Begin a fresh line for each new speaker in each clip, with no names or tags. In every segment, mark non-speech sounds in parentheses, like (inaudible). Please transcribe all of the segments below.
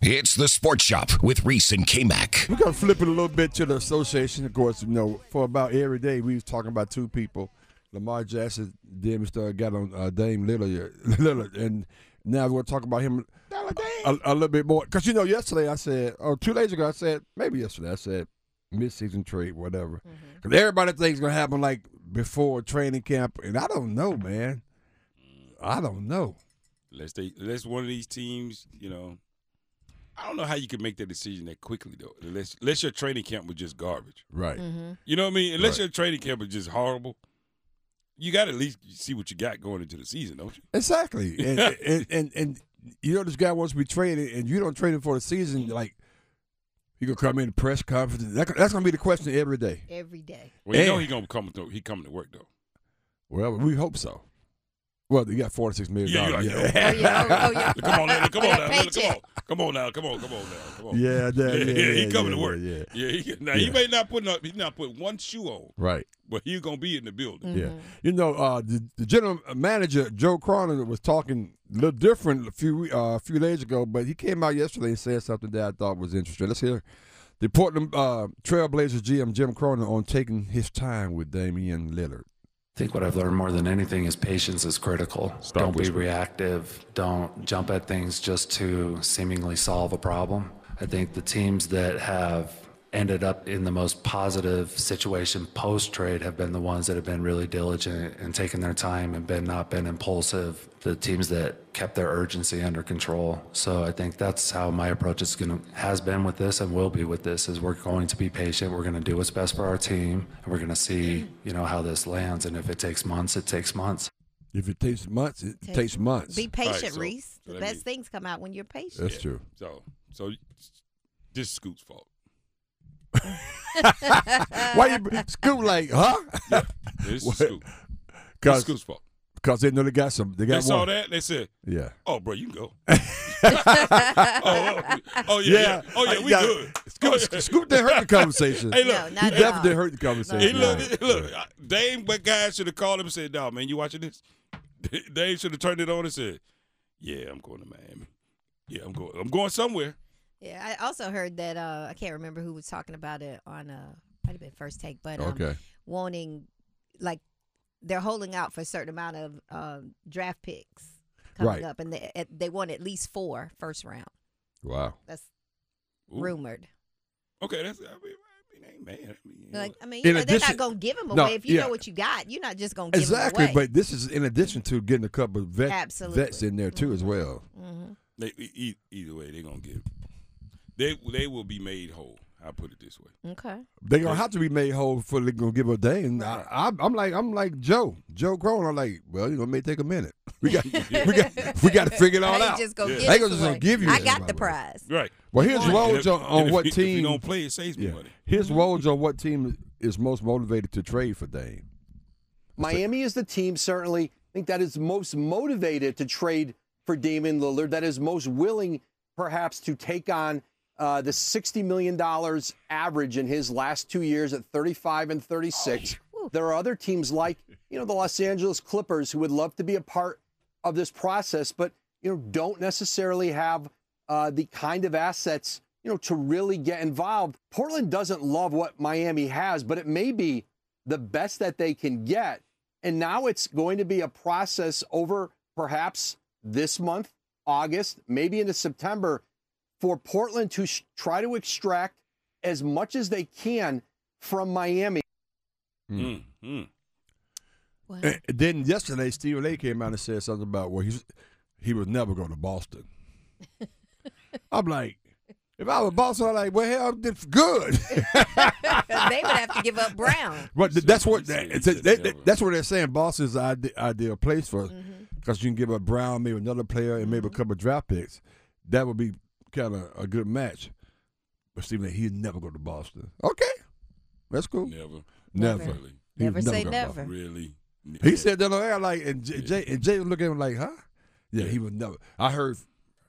It's the Sports Shop with Reese and K Mac.
We're going to flip it a little bit to the association. Of course, you know, for about every day, we was talking about two people. Lamar Jackson did Mr. got on uh, Dame Lillard, (laughs) Lillard, and now we're going to talk about him a, a little bit more. Because, you know, yesterday I said, or two days ago, I said, maybe yesterday, I said, midseason trade, whatever. Because everybody thinks it's going to happen like before training camp. And I don't know, man. I don't know.
Unless they, unless one of these teams, you know, I don't know how you can make that decision that quickly though. Unless, unless your training camp was just garbage.
Right.
You know what I mean? Unless
Right.
your training camp was just horrible, you got to at least see what you got going into the season, don't you? (laughs)
Exactly. And, and and and you know this guy wants to be traded, and you don't trade him for the season. Like he gonna come in the press conference. That, that's gonna be the question every day.
every day.
Well, you know
Yeah.
he gonna come to he coming to work though.
Well, we hope so. Well, you got forty six million
Yeah,
dollars.
you
Yeah,
like,
Oh, yeah. Oh, oh,
(laughs)
(laughs)
yeah.
Come on, Leonard, come on,
With
now,
that
Leonard, come
paycheck.
on, come on now, come on, come on now, come (laughs) on.
yeah, (laughs) yeah, yeah,
he
yeah,
coming
yeah,
to work.
Yeah,
yeah. he, now
Yeah.
he may not put up, he's not putting one shoe on,
right.
but he's gonna be in the building.
Yeah,
Mm-hmm.
you know, uh, the, the general manager Joe Cronin was talking a little different a few we- uh, a few days ago, but he came out yesterday and said something that I thought was interesting. Let's hear the Portland uh, Trailblazers GM Jim Cronin on taking his time with Damian Lillard.
I think what I've learned more than anything is patience is critical. Don't be reactive. Don't jump at things just to seemingly solve a problem. I think the teams that have ended up in the most positive situation post trade have been the ones that have been really diligent and taken their time and been not been impulsive. The teams that kept their urgency under control. So I think that's how my approach is going to has been with this and will be with this is we're going to be patient. We're going to do what's best for our team and we're going to see, you know, how this lands and if it takes months, it takes months.
If it takes months, it
Take-
takes months.
Be patient,
so-
Reese.
so
The
that
best
means-
things come out when you're patient.
(laughs) That's true.
So, so this is Scoot's fault.
Why you scoop like,
(laughs)
huh?
This
What?
is Scoot. This is
Because
Scoot's fault.
they know they got some. They
They
got
saw
one.
that. They said,
Yeah.
"Oh, bro, you can
(laughs)
go." oh, oh, oh, yeah, yeah. Oh yeah, we
Yeah. (laughs)
good. Oh,
Scoop, scoop didn't hurt the conversation.
(laughs) Hey,
No,
look.
not
he
at all.
definitely hurt the conversation.
Hey, look, look, Dame, but guys should have called him and said, "No, man, you watching this?" (laughs) Dame should have turned it on and said, "Yeah, I'm going to Miami. Yeah, I'm going. I'm going somewhere."
Yeah, I also heard that uh, I can't remember who was talking about it on uh might have been first take, but um,
Okay.
wanting like they're holding out for a certain amount of um, draft picks
Right.
coming up, and they, at- they want at least four first round.
Wow.
That's
Ooh.
rumored.
Okay, that's. I mean, I mean, ain't mad. I mean, you know.
Like I mean, you
In
know, they're
addition-
not gonna give them
No,
away if you
yeah.
know what you got. You're not just gonna give
Exactly,
them away.
but this is in addition to getting a couple of vet,
Absolutely.
vets in there too as well.
Mhm.
They, e- e- either way, they're gonna get. They they will be made whole. I put it this way.
Okay.
They're gonna have to be made whole before they're gonna give a day. And I, I, I'm like, I'm like Joe, Joe Grown. I'm like, well, you know, it may take a minute. We
(laughs)
got, we got, we got to figure it all
I ain't
out.
just gonna
Yeah.
give
They
it
gonna
to
just gonna
her.
give you
I
this, by
got
the
the
way.
prize.
(laughs)
Right.
Well, here's
And
And
Woj
if-
on,
and
on
if
what
he- If
team.
he don't play, it saves me
yeah,
money.
here's Woj on what team is most motivated to trade for Dame.
Miami is the team, certainly, I think that is most motivated to trade for Damon Lillard, that is most willing, perhaps, to take on uh, the $60 million average in his last two years at 35 and 36. There are other teams like, you know, the Los Angeles Clippers who would love to be a part of this process, but, you know, don't necessarily have uh, the kind of assets, you know, to really get involved. Portland doesn't love what Miami has, but it may be the best that they can get. And now it's going to be a process over perhaps this month, August, maybe into September, for Portland to sh- try to extract as much as they can from Miami.
Mm. Mm.
Wow.
And then yesterday, Stephen A. came out and said something about well, he's he was never going to
(laughs)
Boston. I'm like, if I was Boston, I'm like, well, hell, that's
(laughs)
good.
they would have to give up Brown.
But th-
So
that's what
you say
that,
you
that,
said
that-
Denver.
that's what they're saying. Boston's the ide- ideal
Mm-hmm.
place for because you can give up Brown, maybe another player, and maybe a couple of draft picks. That would be kind of a good match. But Stephen A. He'd never go to Boston. Okay, that's cool.
Never.
Never.
Really.
He
Never
would
say
go to Boston.
never.
Really.
He said that on air, like, and J- Jay, and Jay was looking at him like, huh? Yeah, he was never. I heard,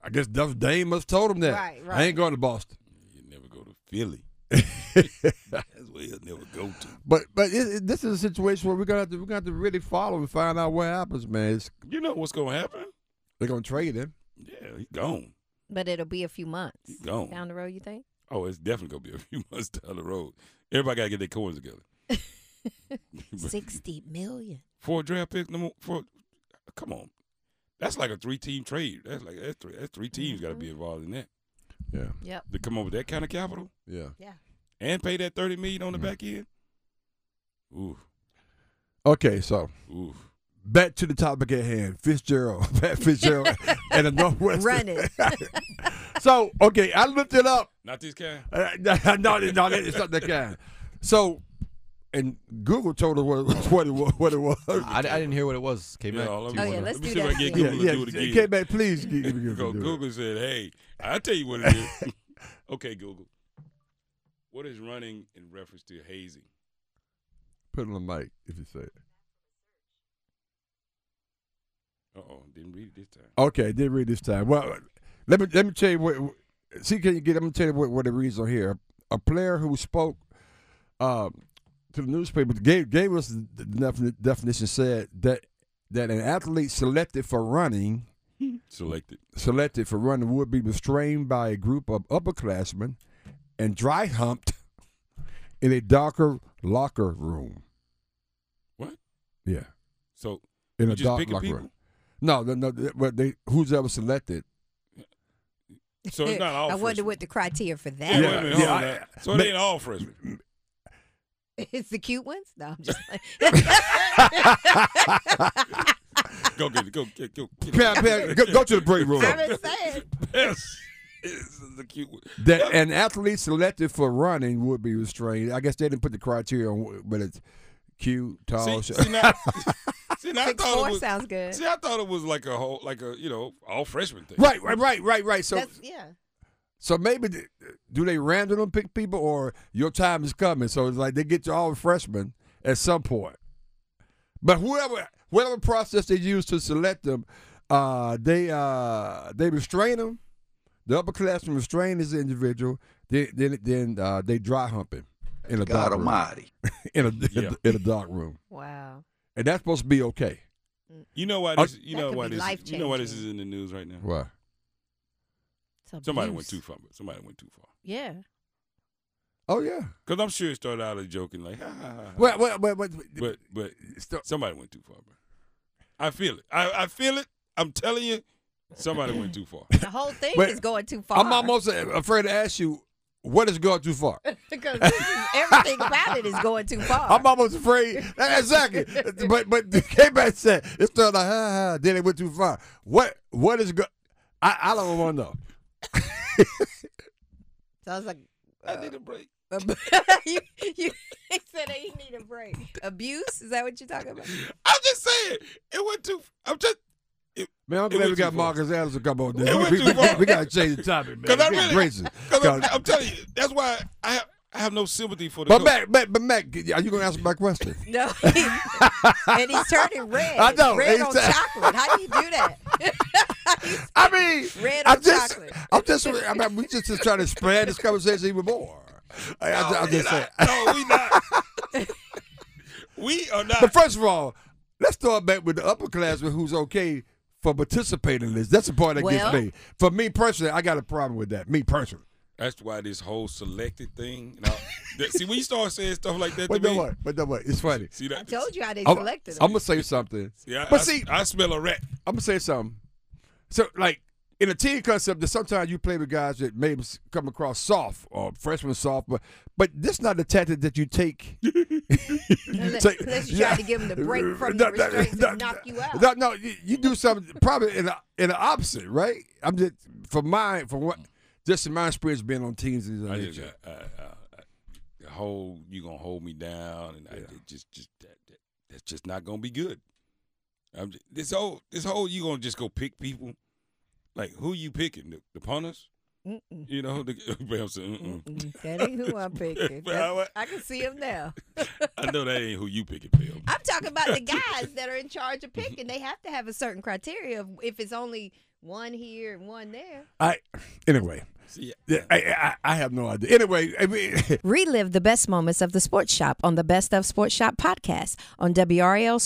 I guess Duff Dame must told him that.
Right,
I
right.
ain't going to Boston. (laughs)
You never go to Philly. (laughs) That's where he'll never go to.
But but it, it- this is a situation where we're gonna have to we're gonna have to really follow and find out what happens, man. It's,
You know what's gonna happen?
they're gonna trade him.
Yeah, he gone.
But it'll be a few months
Gone.
down the road.
(laughs)
You think?
Oh, it's definitely gonna be a (laughs) few months down the road. Everybody gotta get their coins together.
(laughs)
Sixty million.
Four draft picks, number four. Come on, that's like a three-team trade. That's like that's three, that's three teams got to
Mm-hmm.
be involved in that
Yeah,
Yep.
to come up with that kind of capital
yeah.
(laughs) and pay that thirty million
Mm.
on the back end. Ooh,
Okay, so
ooh.
back to the topic at hand: Fitzgerald, Pat Fitzgerald, and the Northwest.
(laughs)
Run it.
so okay, I looked it up.
Not this kind.
Uh, no, no, no, it's not that kind. So, and Google told us what, what it was. What it was.
I, I didn't hear what it was. Came
Yeah,
back. Do
all I'm
you
Oh, yeah,
wanna-
let's
Let me
do
see if I
that
can get
thing.
Google to do it again.
Came back, please. Give, give, give,
Go-
do it.
Google said, "Hey, I tell you what (laughs) it is." okay, Google. What is running in reference to hazing?
Put it on the mic if you say it.
Uh oh, didn't read it this time.
Okay, I did read this time. Well, let me let me tell you what. See, can you get? I'm gonna tell you what, what it reads on here. A player who spoke uh, to the newspaper gave gave us the defini- definition. Said that that an athlete selected for running
Selected.
selected for running would be restrained by a group of upperclassmen and dry humped in a darker locker room.
What?
Yeah,
So
in
You
a
just
dark
picking
locker
people?
room. No, no, no. th- But they who's ever selected (laughs)
So it's not all.
(laughs) I wonder
freshmen.
what the criteria for
Yeah,
that.
wait a minute, hold
yeah,
on
I-
now. so it
but-
ain't all freshmen.
(laughs) It's the cute ones. No, I'm just. Like,
(laughs) Go get it. Go get go. Get
Pam, Pam,
(laughs)
go, go to the break room.
(laughs) I'm just saying.
Yes. This is a cute one.
That an athlete selected for running would be restrained. I guess they didn't put the criteria on, but it's cute, tall.
see,
sh-
see, now, (laughs) see, now I
Six
thought
four
it was.
sounds good.
See, I thought it was like a whole, like a you know, all freshman thing.
(laughs) right, right, right, right, right. So,
That's, yeah.
so maybe th- do they randomly pick people, or your time is coming? So it's like they get to all freshmen at some point. But whoever, whatever process they use to select them, uh, they uh, they restrain them. The upperclassmen restrain this individual. Then then, then uh, they dry hump him in a dark room. in a (laughs)
Yeah.
in a dark room,
Wow.
and that's supposed to be okay.
You know why
Oh,
this? You
That
know
could
why
be
this? You know why this is
life-changing.
in the news right now?
Why?
It's
Somebody
abuse.
went too far. But somebody went too far.
Yeah.
Oh yeah.
Because I'm sure it started out as joking, like, (laughs) ha, ha, ha, ha.
Well, well, well, well
but but
still,
somebody went too far, bro. I feel it. I, I feel it. I'm telling you, somebody went
(laughs)
too far.
The whole thing
But
is going too far.
I'm almost afraid to ask you what is going too (laughs) far.
(laughs) because this is- everything about it is going too far.
I'm almost afraid. (laughs) Exactly. but but the K-Bat said it's still like ha ha. Then it went too far. What what is go? I, I don't want to know.
so I was like, uh,
I need a break.
(laughs)
(laughs) you, you (laughs) he said that you need a break. Abuse? Is that what you're talking about?
I'm just saying it went too. I'm just
Man, I'm
It
glad we
went
got
too far.
Marcus Anderson come on. dude.
It went
we,
too
we-
far.
we gotta change the topic, man.
because I
Good
really.
gracious.
'cause I'm,
'Cause-
I'm telling you, that's why I have, I have no sympathy for the.
but
coach.
Mac, Mac, but Mac, are you gonna answer my question?
No. (laughs) and he's turning
(laughs)
red.
I know,
Red
he's
on
tur-
chocolate. How do you
(laughs)
do that?
I mean,
Red
I'm
on
just,
chocolate.
I'm just, I mean, we just, just trying to spread this conversation even more. I, I, I'm just saying.
No, we not.
(laughs)
we are
But
not.
first of all, let's start back with the upperclassmen who's okay for participating in this. That's the part that
Well-
gets me. For me personally, I got a problem with that. Me personally.
That's why this whole selected thing. Now, that, see, when you start saying stuff like that
But
to
no
me,
what? But no what? It's funny.
see
I
that?
told you how they
I'm,
selected
I'm
him.
gonna say something.
Yeah,
But
I,
see-
I smell a rat.
I'm gonna say something. So like in a team concept, that sometimes you play with guys that may s- come across soft or freshman soft, but but this not the tactic that you take.
Unless,
Say-
unless you
yeah.
try to give him the
(laughs)
break from
No,
the
no,
restraints
no,
and knock you out.
No, no, you, you do something probably in a, in the opposite, right? I'm just for my for what just in my experience being on teams in the
I
NHL.
just, I, I, I, the whole you gonna hold me down, and I, it just, just that, that, that's just not gonna be good. I'm just, this whole, this whole you gonna just go pick people. Like who you picking? The, the punters?
Mm-mm.
You know, the, (laughs) Bam said, Mm-mm.
(laughs) Mm-mm. That ain't who I'm picking.
(laughs)
But
That-
I wa-
I can see him now.
I know that ain't who you picking, Bam.
I'm talking about the guys that are in charge of picking. They have to have a certain criteria of if it's only one here and one there.
I anyway.
See,
Yeah, I, I, I have no idea. Anyway, I mean, (laughs)
(laughs) Relive the best moments of the Sports Shop on the Best of Sports Shop podcast on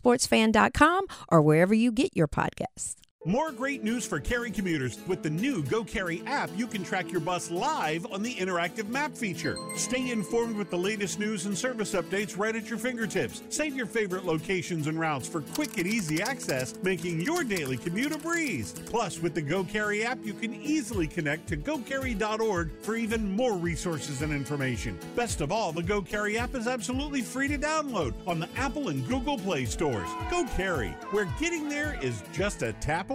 WRLSportsFan.com or wherever you get your podcasts.
More great news for Cary commuters. With the new GoCarry app, you can track your bus live on the interactive map feature. Stay informed with the latest news and service updates right at your fingertips. Save your favorite locations and routes for quick and easy access, making your daily commute a breeze. Plus, with the GoCarry app, you can easily connect to gocarry.org for even more resources and information. Best of all, the GoCarry app is absolutely free to download on the Apple and Google Play stores. GoCarry, where getting there is just a tap